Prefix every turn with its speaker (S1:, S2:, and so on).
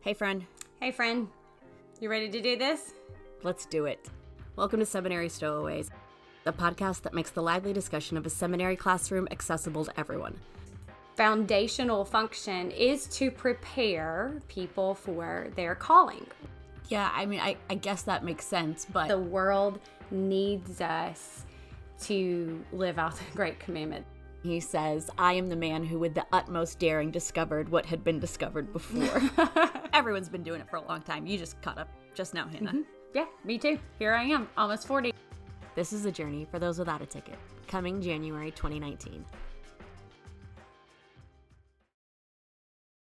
S1: Hey, friend,
S2: Hey, friend. You ready to do this?
S1: let's do it. Welcome to Seminary Stowaways, the podcast that makes the lively discussion of a seminary classroom accessible to everyone.
S2: Foundational function is to prepare people for their calling.
S1: Yeah, I mean, I, I guess that makes sense, but
S2: The world needs us to live out the great commandment.
S1: he says, I am the man who, with the utmost daring, discovered what had been discovered before. Everyone's been doing it for a long time. You just caught up just now, Hannah.
S2: Yeah, me too. Here I am, almost 40.
S1: This is a journey for those without a ticket, coming January 2019.